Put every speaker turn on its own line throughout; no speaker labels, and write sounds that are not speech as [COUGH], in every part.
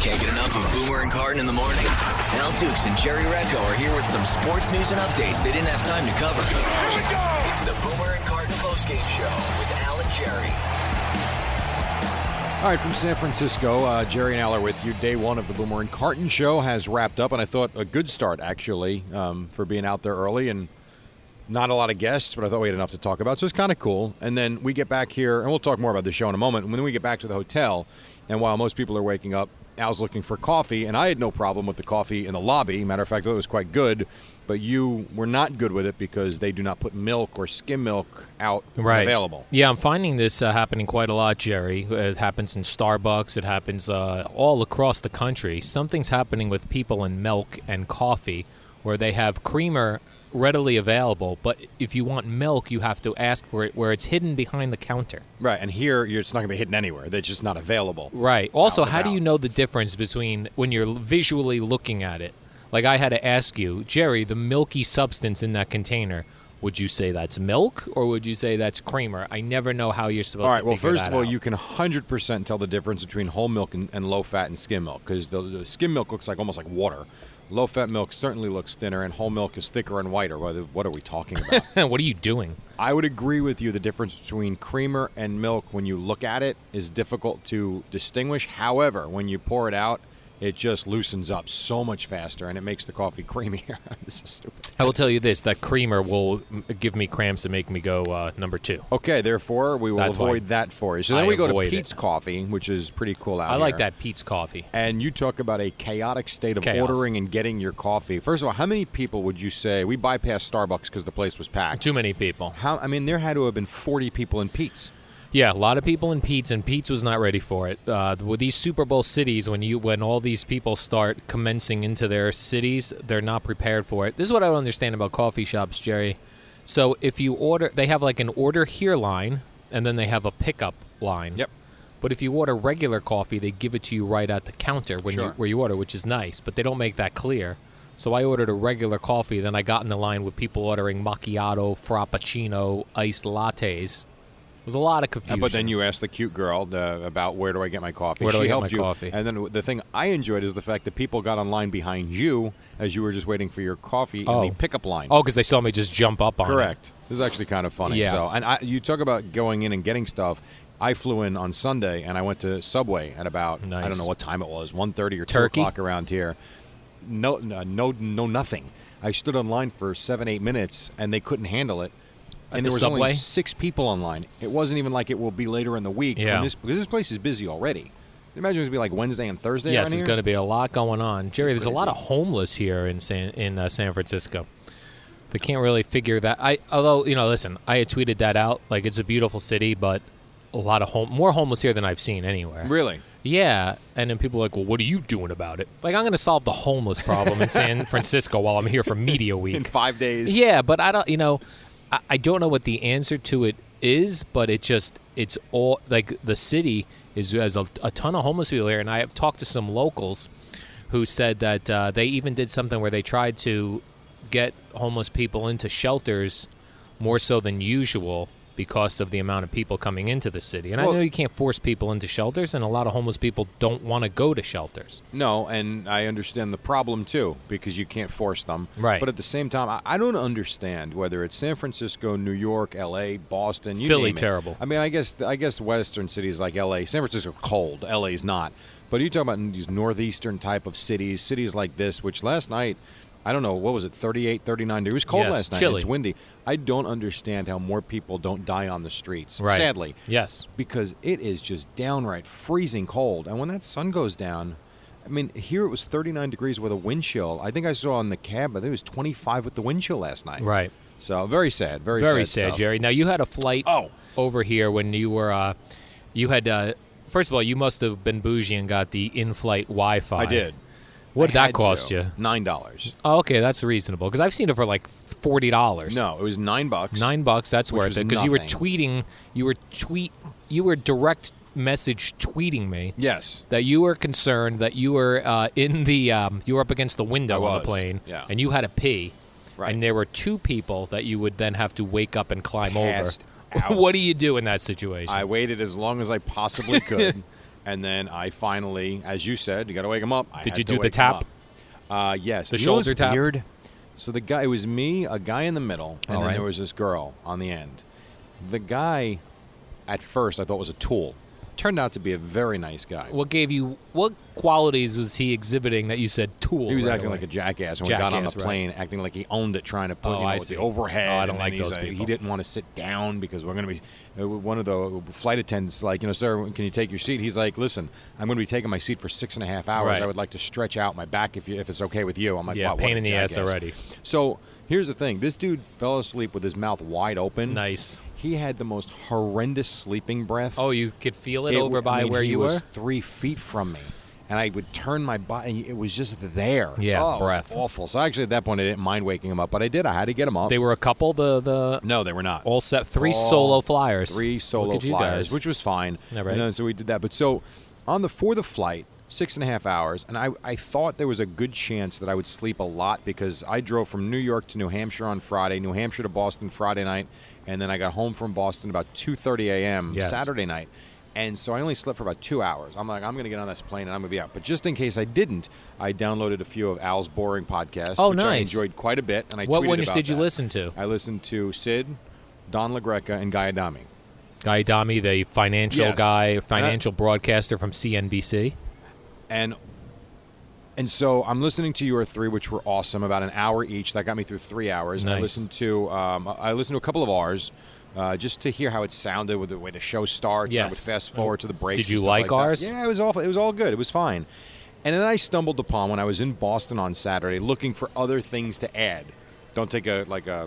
Can't get enough of Boomer and Carton in the morning. Al Dukes and Jerry Recco are here with some sports news and updates they didn't have time to cover. Here we go! It's the Boomer and Carton postgame show with Al and Jerry.
All right, from San Francisco, uh, Jerry and Al are with you. Day one of the Boomer and Carton show has wrapped up, and I thought a good start, actually, um, for being out there early and not a lot of guests, but I thought we had enough to talk about, so it's kind of cool. And then we get back here, and we'll talk more about the show in a moment. And then we get back to the hotel, and while most people are waking up, Al's looking for coffee, and I had no problem with the coffee in the lobby. Matter of fact, I thought it was quite good, but you were not good with it because they do not put milk or skim milk out available.
Yeah, I'm finding this uh, happening quite a lot, Jerry. It happens in Starbucks. It happens uh, all across the country. Something's happening with people in milk and coffee, where they have creamer readily available, but if you want milk, you have to ask for it where it's hidden behind the counter.
Right, and here you're, it's not going to be hidden anywhere. They're just not available.
Right. Also,
Out and
how do
about.
you know the difference between when you're visually looking at it? Like I had to ask you, Jerry, the milky substance in that container. Would you say that's milk or would you say that's creamer? I never know how you're supposed
All
to.
right. Well,
figure
first
that
of all,
out.
you can 100% tell the difference between whole milk and, and low fat and skim milk because the, the skim milk looks like almost like water. Low fat milk certainly looks thinner, and whole milk is thicker and whiter. What what are we talking
[LAUGHS]
about?
what are you doing?
I would agree with you. The difference between creamer and milk, when you look at it, is difficult to distinguish. However, when you pour it out, it just loosens up so much faster, and it makes the coffee [LAUGHS] creamier. this is stupid.
I will tell you this: that creamer will m- give me cramps and make me go uh, number two.
Okay, therefore, we will
That's why
avoid that for you. So then
I
we go to
avoid it.
Pete's Coffee, which is pretty cool out
I like
here.
that Pete's coffee.
and you talk about a chaotic state of
Chaos.
ordering and getting your coffee. First of all, how many people would you say we bypassed Starbucks because the place was packed?
Too many people.
How? I mean, there had to have been 40 people in Pete's.
Yeah, a lot of people in Pete's, and Pete's was not ready for it. Uh, with these Super Bowl cities, when you when all these people start commencing into their cities, they're not prepared for it. This is what I don't understand about coffee shops, Jerry. So if you order, they have like an order here line, and then they have a pickup line.
Yep.
But if you order regular coffee, they give it to you right at the counter when you,
Sure.
where you order, which is nice. But they don't make that clear. So I ordered a regular coffee. Then I got in the line with people ordering macchiato, frappuccino, iced lattes. It was a lot of
Ah,
confusion.
Uh, But then you asked the cute girl the, about where do I get my coffee.
Where do
she
I get my
helped you.
coffee?
And then the thing I enjoyed is the fact that people got on line behind you as you were just waiting for your coffee
Oh.
in the pickup line.
Oh, because they saw me just jump up on it.
Correct. This is actually kind of funny.
Yeah.
So, and I, you talk about going in and getting stuff. I flew in on Sunday and I went to Subway at about I don't
Nice.
know what time it was, 1.30 or
Turkey?
two o'clock around here. No, no, no, no, nothing. I stood on line for seven, eight minutes, and they couldn't handle it.
At
and
the
there was
Subway?
only six people on line. It wasn't even like it will be later in the week.
Yeah.
And this because this place is busy already. Imagine it's gonna be like Wednesday and Thursday.
Yes,
around
there's
here.
going to be a lot going on, Jerry. There's a lot of
Crazy.
homeless here in San in uh, San Francisco. They can't really figure that. I although you know, listen, I had tweeted that out. Like it's a beautiful city, but a lot of home more homeless here than I've seen anywhere.
really.
Yeah, and then people are like, "Well, what are you doing about it?" Like I'm going to solve the homeless problem in San Francisco while I'm here for media [LAUGHS] week.
In five days.
Yeah, but I don't. You know, I, I don't know what the answer to it is, but it just it's all like the city is has a, a ton of homeless people here, and I have talked to some locals who said that uh, they even did something where they tried to get homeless people into shelters more so than usual because of the amount of people coming into the city. And I
Well-
know you can't force people into shelters and a lot of homeless people don't want to go to shelters.
No, and I understand the problem too because you can't force them.
Right.
But at the same time, I, I don't understand whether it's San Francisco, New York, L.A., Boston, you
Philly,
name it.
terrible.
I mean, I guess I guess Western cities like L.A., San Francisco, cold. L.A.'s not. But you talk about these northeastern type of cities, cities like this, which last night. I don't know, what was it, 38, 39 degrees? It was cold
Yes,
last night.
chilly.
It's windy. I don't understand how more people don't die on the streets,
Right.
sadly,
Yes.
because it is just downright freezing cold. And when that sun goes down, I mean, here it was 39 degrees with a wind chill. I think I saw on the cab, I think it was 25 with the wind chill last night.
Right.
So very sad, very,
Very
sad,
sad,
stuff.
Jerry. Now you had a flight
Oh.
over here when you were uh, you had uh, first of all you must have been bougie and got the in-flight Wi-Fi.
I did.
What
I
did that
had
cost
to.
you?
Nine dollars.
Oh, okay, that's reasonable because I've seen it for like forty dollars.
No, it was nine bucks.
nine bucks. That's
Which
worth
is
it because you were
nothing.
tweeting. You were tweet. You were direct message tweeting me
Yes.
that you were concerned that you were uh, in the um, you were up against the window
I
on the
was,
plane
yeah.
and you had to pee.
Right.
And there were two people that you would then have to wake up and climb
Passed
over.
out.
[LAUGHS] what do you do in that situation?
I waited as long as I
[LAUGHS]
possibly could, and then I finally, as you said, you got to wake him up. I
Did
had
you
to
do the
wake 'em
tap?
up. Uh, yes.
The
You know what's
shoulder tap?
Weird. So the guy, it was me, a guy in the middle, and
All
then
right.
there was this girl on the end. The guy, at first, I thought was a tool. Turned out to be a very nice guy.
what gave you what qualities was he exhibiting that you said tool?
He was
right
acting
away?
like a jackass when we got on the
Jackass, right.
plane, acting like he owned it, trying to put
Oh,
you know,
I
with
see.
the overhead.
Oh, I
and
don't
then
like
he's
those
He
people.
didn't want to sit down because we're going to be uh, one of the flight attendants. Like, you know, sir, can you take your seat? He's like, listen, I'm going to be taking my seat for six and a half hours.
Right.
I would like to stretch out my back if you, if it's okay with you. I'm like,
Yeah,
wow, what
pain
a
in the ass
jackass."
already.
So here's the thing: this dude fell asleep with his mouth wide open.
Nice.
He had the most horrendous sleeping breath.
Oh, you could feel it,
It
over
w-
by
I mean,
where
he
you
was
were.
three feet from me, and I would turn my body. It was just there.
Yeah,
oh, it was
breath.
awful. So actually, at that point, I didn't mind waking him up, but I did. I had to get him up.
They were a couple. The the
no, they were not.
all set three
All
solo flyers.
Three solo
Look at you
flyers,
guys.
which was fine.
Yeah, right.
You know, so we did that. But so on the for the flight, six and a half hours, and I, I thought there was a good chance that I would sleep a lot because I drove from New York to New Hampshire on Friday, New Hampshire to Boston Friday night, and then I got home from Boston about two thirty a.m.
Yes.
Saturday night. And so I only slept for about two hours. I'm like, I'm going to get on this plane and I'm going to be out. But just in case I didn't, I downloaded a few of Al's boring podcasts,
Oh,
which I
nice.
enjoyed quite a bit. And I
What
tweeted
ones
about
did you
that.
listen to?
I listened to Sid, Don LaGreca, and Guy Adami.
Guy Dami, the financial
Yes.
guy,
Uh,
financial broadcaster from CNBC.
And and so I'm listening to your three, which were awesome, about an hour each. That got me through three hours. And I
Nice.
listened to um, I listened to a couple of ours. Uh, just to hear how it sounded with the way the show starts, and I would
Yes.
fast forward to the breaks.
Did
and
you
stuff
like
that.
ours?
Yeah, it was awful. It was all good. It was fine. And then I stumbled upon when I was in Boston on Saturday, looking for other things to add. Don't take a like a,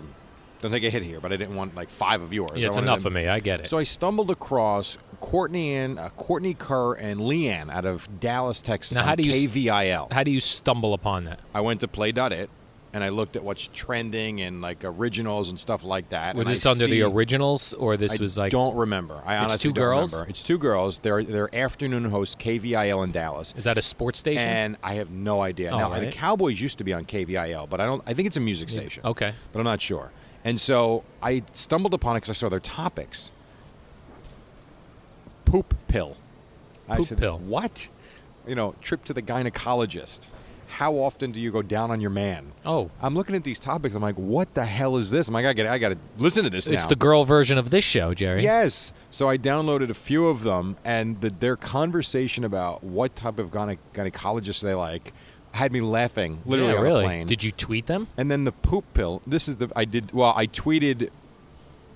don't take a hit here, but I didn't want like five of yours. I
Yeah, it's
wanted
enough
to-
of me. I get it.
So I stumbled across Courtney and uh, Courtney Kerr and Leanne out of Dallas, Texas.
Now, how
on
do you s-
KVIL?
How do you stumble upon that?
I went to play.it and I looked at what's trending and like originals and stuff like that.
Was
and I
this under
see-
the originals or this
I
was like
don't remember. I
It's
honestly
two
don't
girls?
remember. It's two girls. They're they're afternoon hosts KVIL in Dallas.
is that a sports station?
And I have no idea.
All
now the
right.
Cowboys used to be on KVIL, but I don't. I think it's a music station.
okay.
but I'm not sure. And so I stumbled upon it because I saw their topics. Poop pill. I
Poop
said,
pill.
What? You know, trip to the gynecologist. How often do you go down on your man?
Oh.
I'm looking at these topics. I'm like, what the hell is this? I'm like, I got, I got to listen to this
it's
now.
the girl version of this show, Jerry.
Yes. So I downloaded a few of them, and the, their conversation about what type of gyne- gynecologist they like had me laughing literally
Yeah,
on
really.
the plane.
Did you tweet them?
and then the poop pill. This is the I did. Well, I tweeted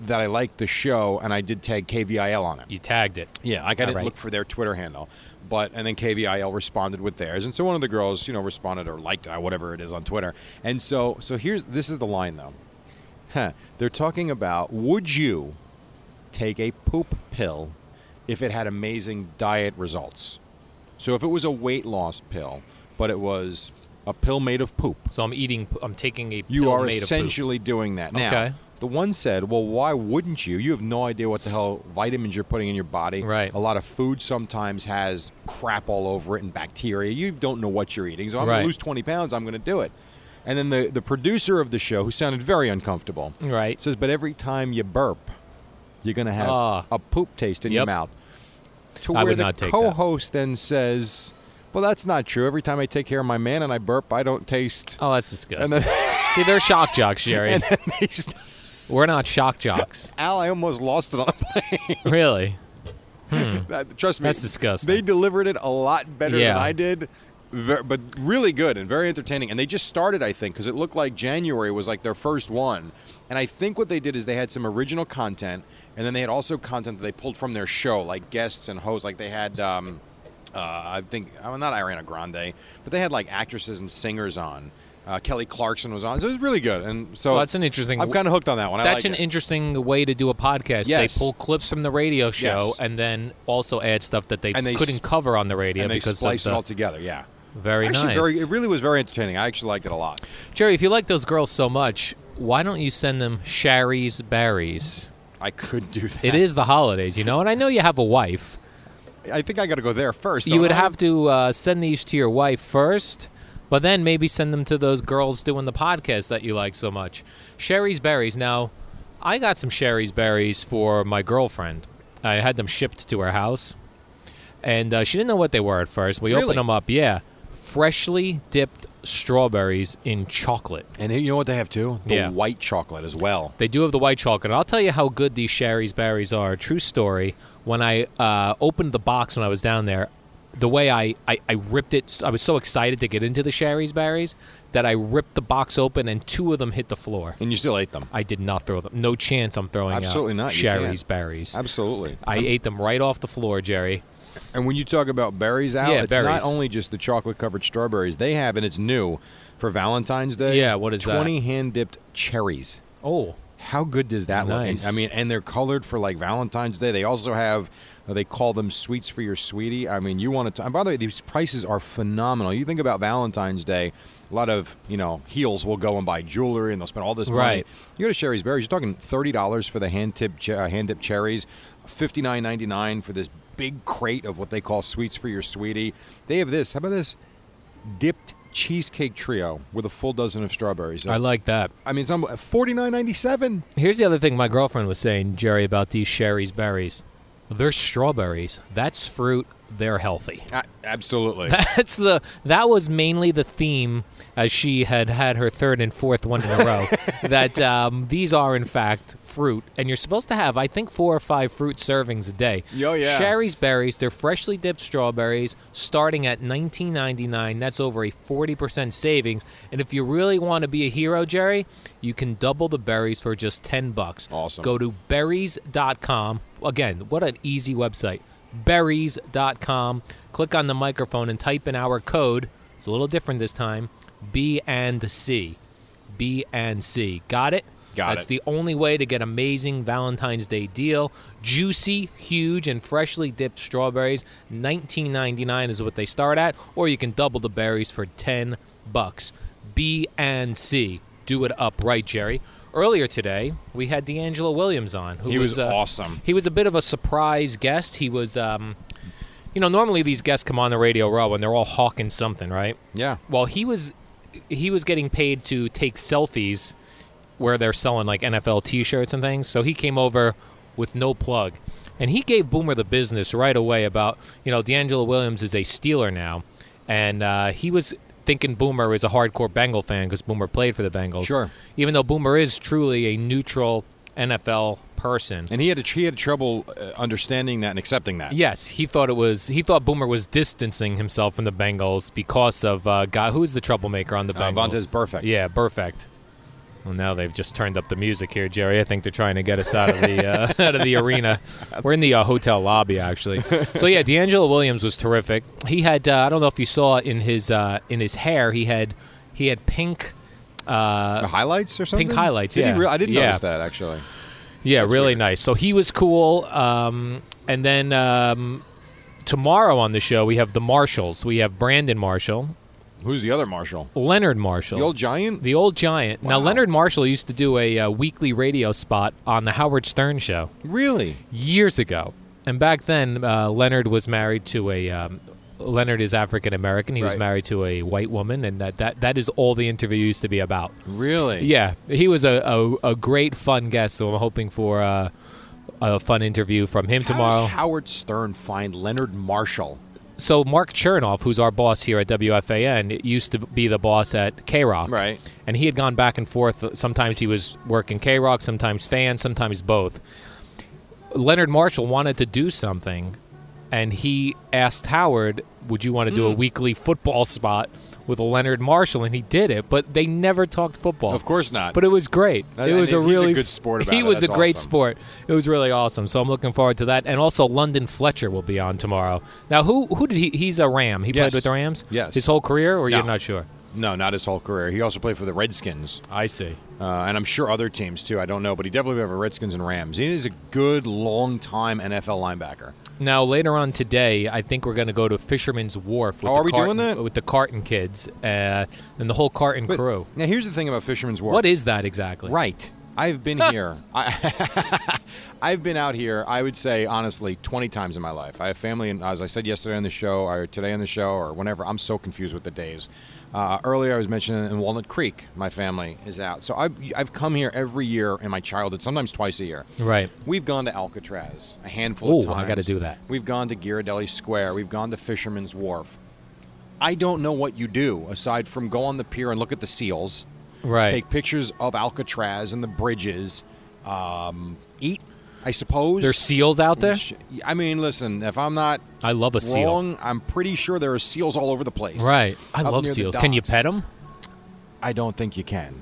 that I liked the show, and I did tag KVIL on it.
You tagged it.
Yeah, like I didn't
All right.
look for their Twitter handle, but and then KVIL responded with theirs, and so one of the girls, you know, responded or liked it, or whatever it is on Twitter, and so so here's this is the line though, huh. they're talking about would you take a poop pill if it had amazing diet results? So if it was a weight loss pill, but it was a pill made of poop,
So I'm eating. I'm taking a.
you
pill
are
made Of
essentially doing that. Now,
Okay.
the one said, "Well, why wouldn't you? You have no idea what the hell vitamins you're putting in your body.
Right.
A lot of food sometimes has crap all over it and bacteria. You don't know what you're eating. So I'm
Right.
gonna lose 20 pounds. I'm gonna do it." And then the the producer of the show, who sounded very uncomfortable,
Right.
says, "But every time you burp, you're gonna have
Ah.
a poop taste in your
Yep.
mouth." To
I
where
would
the
not take that.
co-host then says, "Well, that's not true. Every time I take care of my man and I burp, I don't taste."
poop. Oh, that's disgusting.
[LAUGHS] And then-
[LAUGHS] See, they're shock jocks,
[LAUGHS]
Jerry.
and then they st-
We're not shock
[LAUGHS]
jocks.
Al, I almost lost it on the plane. [LAUGHS]
really?
That- Trust me,
That's disgusting.
They delivered it a lot better
Yeah.
than I did. Ver- but really good and very entertaining. And they just started, I think, because it looked like January was like their first one. And I think what they did is they had some original content, and then they had also content that they pulled from their show, like guests and hosts. Like they had, um, uh, I think, well, not Ariana Grande, but they had like actresses and singers on. Uh, Kelly Clarkson was on, so it was really good. And so,
So that's an interesting-
I'm kind of hooked on that one. I
That's
like
an
it.
interesting way to do a podcast.
Yes.
They pull clips from the radio show
Yes.
and then also add stuff that they,
And they
couldn't
s-
cover on the radio
and they
because
splice it
of the,
all together. Yeah,
Very
Actually,
nice.
Very, it really was very entertaining. I actually liked it a lot.
Jerry, if you like those girls so much, why don't you send them Sherry's berries?
I could do that.
It is the holidays, you know, and I know you have a wife.
I think I got to go there first.
you
don't
would
I?
have to uh, send these to your wife first, but then maybe send them to those girls doing the podcast that you like so much. Sherry's berries. Now, I got some Sherry's berries for my girlfriend. I had them shipped to her house, and uh, she didn't know what they were at first. We
Really?
opened them up. Yeah, freshly dipped strawberries in chocolate.
And you know what they have too? The
Yeah.
white chocolate as well.
They do have the white chocolate. I'll tell you how good these Sherry's berries are. True story. When I uh, opened the box when I was down there, the way I, I, I ripped it, I was so excited to get into the Sherry's berries that I ripped the box open and two of them hit the floor.
And you still ate them.
I did not throw them. No chance I'm throwing out
Absolutely not. You
Sherry's
can't.
berries.
Absolutely.
I ate them right off the floor, Jerry.
And when you talk about berries out,
Yeah,
it's not
berries.
only just the chocolate covered strawberries they have, and it's new for Valentine's Day.
Yeah, what is that?
20 hand dipped cherries.
Oh,
How good does that look? And-
Nice.
I mean, and they're colored for like Valentine's Day. They also have, uh, they call them sweets for your sweetie. I mean, you want to. And by the way, these prices are phenomenal. You think about Valentine's Day, a lot of you know heels will go and buy jewelry, and they'll spend all this money.
Right.
You go to Sherry's Berries, you're talking thirty dollars for the hand tip che- uh, hand dipped cherries, fifty nine ninety nine for this big crate of what they call sweets for your sweetie. They have this. How about this? Dipped cheesecake trio with a full dozen of strawberries.
I like that.
I mean, it's forty nine ninety seven.
Here's the other thing my girlfriend was saying, Jerry, about these Sherry's berries. They're strawberries. That's fruit. They're healthy.
A- absolutely.
that's the that was mainly the theme as she had had her third and fourth one in
[LAUGHS]
a row that um, these are in fact fruit and you're supposed to have i think four or five fruit servings a day
Yo, yeah.
sherry's berries they're freshly dipped strawberries starting at 19.99 that's over a 40% savings and if you really want to be a hero jerry you can double the berries for just 10 bucks
Awesome.
go to berries.com again what an easy website berries.com. Click on the microphone and type in our code. It's a little different this time. B and C. B and C. Got it?
Got
That's
it.
the only way to get amazing Valentine's Day deal. Juicy, huge, and freshly dipped strawberries. Nineteen ninety nine is what they start at, or you can double the berries for ten bucks. B and C. Do it up right, Jerry. Earlier today, we had D'Angelo Williams on, who
He was
uh,
awesome.
He was a bit of a surprise guest. He was, um, you know, normally these guests come on the radio row and they're all hawking something, right?
yeah.
Well, he was, he was getting paid to take selfies where they're selling like NFL T-shirts and things. So he came over with no plug, and he gave Boomer the business right away about you know D'Angelo Williams is a Steeler now, and uh, he was thinking Boomer is a hardcore Bengal fan because Boomer played for the Bengals.
Sure.
Even though Boomer is truly a neutral NFL person.
And he had he had trouble uh, understanding that and accepting that.
Yes, he thought it was. He thought Boomer was distancing himself from the Bengals because of uh, guy who is the troublemaker on the
Uh,
Bengals.
Vontaze Burfict.
Yeah, perfect. Well, now they've just turned up the music here, Jerry. I think they're trying to get us out of the uh, [LAUGHS] out of the arena. We're in the uh, hotel
[LAUGHS]
lobby, actually. So yeah, D'Angelo Williams was terrific. He had uh, I don't know if you saw in his uh, in his hair he had he had pink. Uh,
The highlights or something.
Pink highlights,
Did he
yeah.
rea- I didn't
Yeah.
notice that actually.
Yeah, really nice. So he was cool. Um, and then um, tomorrow on the show we have the Marshalls. We have Brandon Marshall,
Who's the other Marshall?
Leonard Marshall,
The old giant.
the old giant. Now
Wow.
Leonard Marshall used to do a uh, weekly radio spot on the Howard Stern show
really?
years ago. And back then, uh, Leonard was married to a. Um, Leonard is African American. He was
Right.
married to a white woman, and that, that, that is all the interview used to be about.
Really?
Yeah, he was a, a, a great fun guest, so I'm hoping for uh, a fun interview from him
How
tomorrow.
does Howard Stern find Leonard Marshall?
so Mark Chernoff, who's our boss here at WFAN, used to be the boss at K Rock,
Right.
And he had gone back and forth. Sometimes he was working K Rock, sometimes fan, sometimes both. Leonard Marshall wanted to do something and he asked Howard, "Would you want to
Mm.
do a weekly football spot with Leonard Marshall?" And he did it, but they never talked football.
Of course not.
But it was great.
Uh,
it was
and
a
he's a
really
good sport about
he
it.
was
That's
a great
awesome.
sport. It was really awesome. So I'm looking forward to that. And also London Fletcher will be on tomorrow. Now who who did he? He's a Ram. He
Yes.
played with the Rams.
Yes.
His whole career, or
No.
you're not sure?
No, not his whole career. He also played for the Redskins,
I see.
uh, and I'm sure other teams too. I don't know, but he definitely played for Redskins and Rams. He is a good long-time NFL linebacker.
Now later on today, I think we're going to go to Fisherman's Wharf. With
Oh,
the
are we
Carton,
doing that?
with the Carton kids uh, and the whole Carton
But-
crew?
Now, here's the thing about Fisherman's Wharf.
What is that
[LAUGHS]
exactly?
Right. I've
[LAUGHS]
been here. I, [LAUGHS] I've been out here. I would say honestly, 20 times in my life. I have family, and as I said yesterday on the show, or today on the show, or whenever. I'm so confused with the days. Uh, earlier, I was mentioning in Walnut Creek, my family is out. So I've, I've come here every year in my childhood, sometimes twice a year.
Right.
We've gone to Alcatraz a handful
Ooh,
of
I
times.
gotta do that.
We've gone to Ghirardelli Square. We've gone to Fisherman's Wharf. I don't know what you do aside from go on the pier and look at the seals
Right.
take pictures of Alcatraz and the bridges. Um, eat, I suppose.
There's seals out there.
Sh- I mean, listen, if I'm not
I love a seal.
wrong, I'm pretty sure there are seals all over the place.
Right. I
Up
love
near the
seals. Can you
docks.
pet them?
I don't think you can.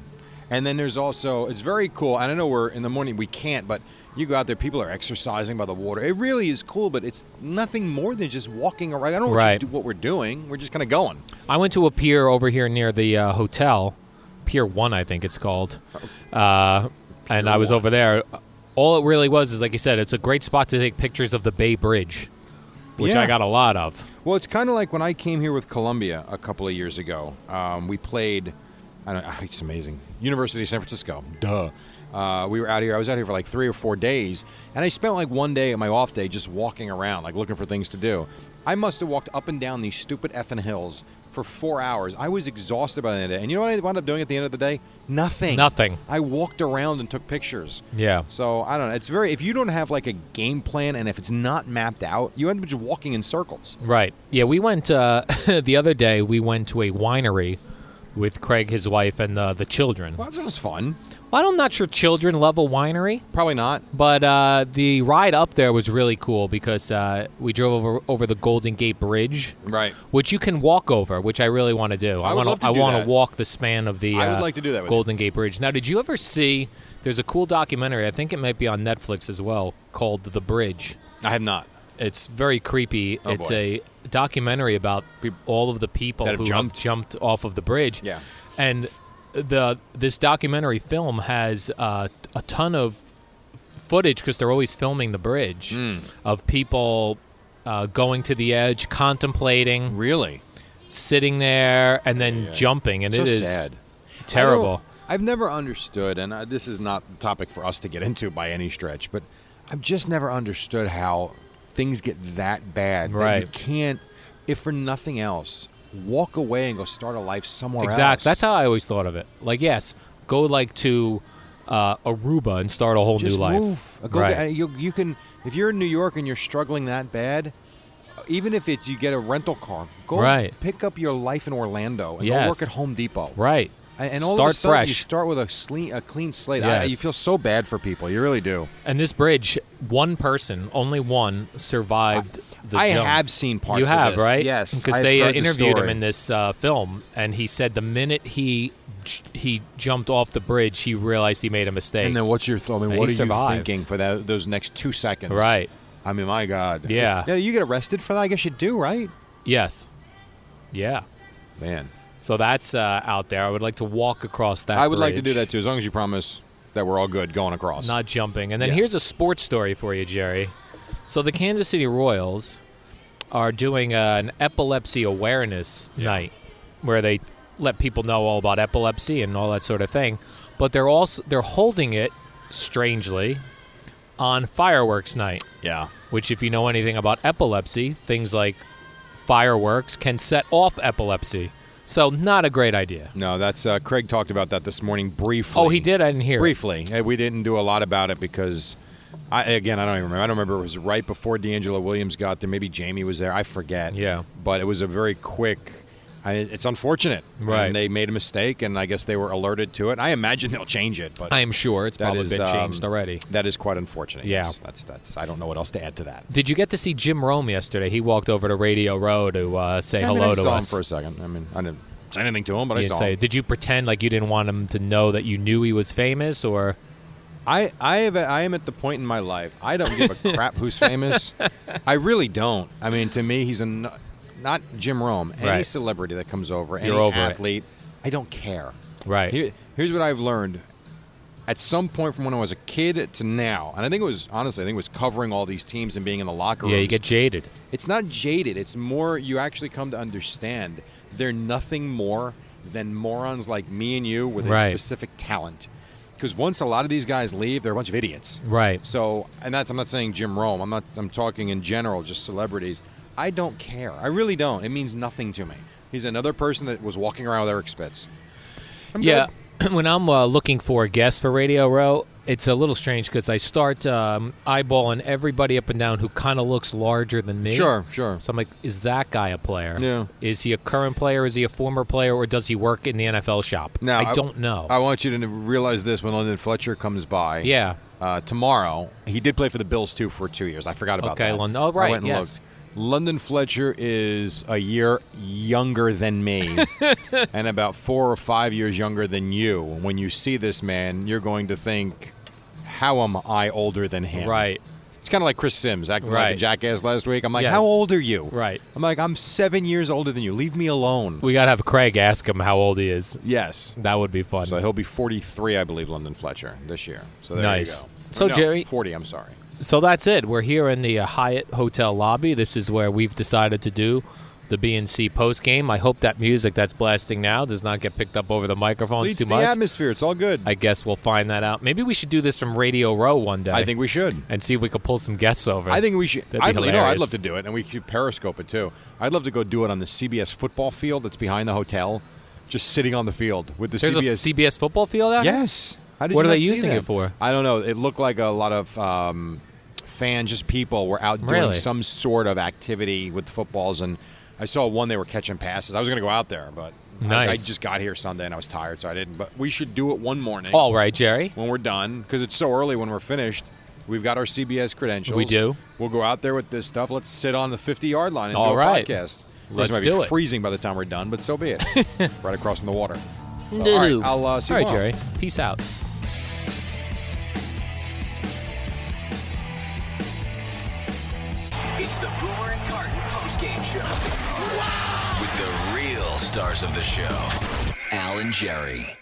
And then there's also it's very cool. And I know we're in the morning we can't, but you go out there, people are exercising by the water. It really is cool, but it's nothing more than just walking around. I don't know what, you
Right.
do, what we're doing. We're just kind of going.
I went to a pier over here near the uh, hotel, Pier One, I think it's called,
Oh.
uh, and I was over there. All it really was is, like you said, it's a great spot to take pictures of the Bay Bridge, which
Yeah.
I got a lot of.
Well, it's kind of like when I came here with Columbia a couple of years ago. Um, we played. I don't. ah, It's amazing. University of San Francisco. Duh. Uh, we were out here. I was out here for like three or four days, and I spent like one day at my off day just walking around, like looking for things to do. I must have walked up and down these stupid effing hills for four hours. I was exhausted by the end of the day. And you know what I wound up doing at the end of the day? Nothing.
Nothing.
I walked around and took pictures.
Yeah.
So I don't know. It's very if you don't have like a game plan and if it's not mapped out, you end up just walking in circles.
Right. Yeah, we went uh, [LAUGHS] the other day. We went to a winery with Craig, his wife, and uh, the children.
Well, that sounds fun.
Well, I'm not sure children love a winery.
Probably not.
But uh, the ride up there was really cool because uh, we drove over over the Golden Gate Bridge,
Right.
Which you can walk over, which I really want to do.
I would
want
love to
I
do
want
that.
to walk the span of the.
I would
uh,
like to do that with you.
Golden Gate Bridge. Now, did you ever see? There's a cool documentary. I think it might be on Netflix as well, called The Bridge.
I have not.
It's very creepy.
Oh,
it's
boy.
a documentary about all of the people
That have
who
jumped.
have jumped off of the bridge.
Yeah.
and the this documentary film has uh, a ton of footage because they're always filming the bridge
Hmm.
of people uh, going to the edge, contemplating,
Really?
sitting there, and then jumping, and
So
it is
sad.
terrible.
I've never understood, and I, this is not the topic for us to get into by any stretch, but I've just never understood how things get that bad. that you
Right.
can't, if for nothing else, walk away and go start a life somewhere else.
Exactly. That's how I always thought of it. Like, yes, go like to uh, Aruba and start a whole
just
new life.
move. Go get- uh, you, you can if you're in New York and you're struggling that bad, even if it's you get a rental car, go
Right.
pick up your life in Orlando and go
Yes.
work at Home Depot.
Right.
And, and all
start
of a sudden,
fresh.
you start with a, sle- a clean slate. I-
Yes.
you feel so bad for people. You really do.
and this bridge, one person, only one, survived the
I
jump.
have seen parts
You
of
have,
this.
right?
Yes,
Because
I've
they uh,
heard the
interviewed him
story.
in this uh, film, and he said the minute he j- he jumped off the bridge, he realized he made a mistake.
And then what's your thought? I mean,
He
what are you
survived.
thinking for that, those next two seconds?
Right.
I mean, my God.
Yeah.
Yeah. You get arrested for that? I guess you do, right?
yes. Yeah.
Man.
So that's uh, out there. I would like to walk across that.
I would like to do
bridge.
that too, as long as you promise that we're all good going across.
not jumping. And then
Yeah.
here's a sports story for you, Jerry. So the Kansas City Royals are doing uh, an epilepsy awareness night where they let people know all about epilepsy and all that sort of thing. But they're also they're holding it strangely on fireworks night,
yeah.
which if you know anything about epilepsy, things like fireworks can set off epilepsy. So not a great idea.
No, that's uh, Craig talked about that this morning briefly.
Oh, he did. I didn't hear. it.
briefly. Uh, We didn't do a lot about it because, I again, I don't even remember. I don't remember. It was right before D'Angelo Williams got there. Maybe Jamie was there. I forget.
Yeah.
But it was a very quick. I, it's unfortunate.
Right.
And they made a mistake, and I guess they were alerted to it. I imagine they'll change it, but
I am sure it's
that
probably
is,
been
um,
changed already.
That is quite unfortunate.
Yeah.
Yes. That's that's. I don't know what else to add to that.
Did you get to see Jim Rome yesterday? He walked over to Radio Row to uh, say
I mean,
hello
I
to
saw
us.
him for a second. I mean, I didn't say anything to him, but
You
I
didn't
saw
say-
him.
Did you pretend like you didn't want him to know that you knew he was famous, or
I I have I am at the point in my life I don't give
[LAUGHS]
a crap who's famous. I really don't. I mean, to me, he's a n- not Jim Rome. Any
Right.
celebrity that comes over, any
You're over it.
athlete, I don't care.
Right.
Here- here's what I've learned. At some point from when I was a kid to now, and I think it was honestly, I think it was covering all these teams and being in the locker room.
yeah, you get jaded?
It's not jaded. It's more you actually come to understand they're nothing more than morons like me and you with
Right.
a specific talent. Because once a lot of these guys leave, they're a bunch of idiots.
Right.
So, and that's I'm not saying Jim Rome. I'm not. I'm talking in general, just celebrities. I don't care. I really don't. It means nothing to me. He's another person that was walking around with Eric Spitz. I'm
yeah, [CLEARS THROAT]
good.
when I'm uh, looking for a guest for Radio Row, it's a little strange because I start um, eyeballing everybody up and down who kind of looks larger than me.
Sure, sure.
So I'm like, is that guy a player?
Yeah.
Is he a current player? Is he a former player? Or does he work in the NFL shop?
Now,
I, don't know.
I want you to realize this when London Fletcher comes by.
Yeah.
Uh, tomorrow, he did play for the Bills too for two years. I forgot about
Okay,
that.
Lon- oh, right,
I went and
yes.
looked. London Fletcher is a year younger than
[LAUGHS]
me, and about four or five years younger than you. When you see this man, you're going to think, "How am I older than him?"
Right.
It's kind of like Chris Sims acting like
Right.
a jackass last week. I'm like,
Yes.
"How old are you?"
Right.
I'm like, "I'm seven years older than you. Leave me alone."
we got to have Craig ask him how old he is.
yes.
That would be fun.
So he'll be 43, I believe, London Fletcher this year. So there
Nice.
you go.
So,
Or no,
Jerry-
40. I'm sorry.
So that's it. We're here in the uh, Hyatt Hotel lobby. This is where we've decided to do the BNC post game. I hope that music that's blasting now does not get picked up over the microphones
Leads
too
the
much.
atmosphere. It's all good.
I guess we'll find that out. Maybe we should do this from Radio Row one day.
I think we should.
and see if we could pull some guests over.
I think we should.
That'd be
I'd, you know, I'd
hilarious.
love to do it, and we could periscope it too. I'd love to go do it on the CBS football field that's behind the hotel, just sitting on the field with the
there's
CBS.
a CBS football field out. here?
yes. How did
What
you
are they
not see
using
that?
it for?
I don't know. It looked like a lot of um, fans, just people, were out doing
Really?
some sort of activity with footballs, and I saw one they were catching passes. I was going to go out there, but I- I,
Nice.
just got here Sunday and I was tired, so I didn't. But we should do it one morning
All right, Jerry.
when we're done because it's so early when we're finished. We've got our CBS credentials.
We do.
We'll go out there with this stuff. Let's sit on the 50 yard line and
All
do a
right.
podcast. Of course,
Let's
it might
do
be
it.
freezing by the time we're done, but so
[LAUGHS]
be it. right across from the water. All right, I'll uh, see
All
you
right,
tomorrow.
Jerry. Peace out.
It's the Boomer and Carton postgame show. With the real stars of the show, Al and Jerry.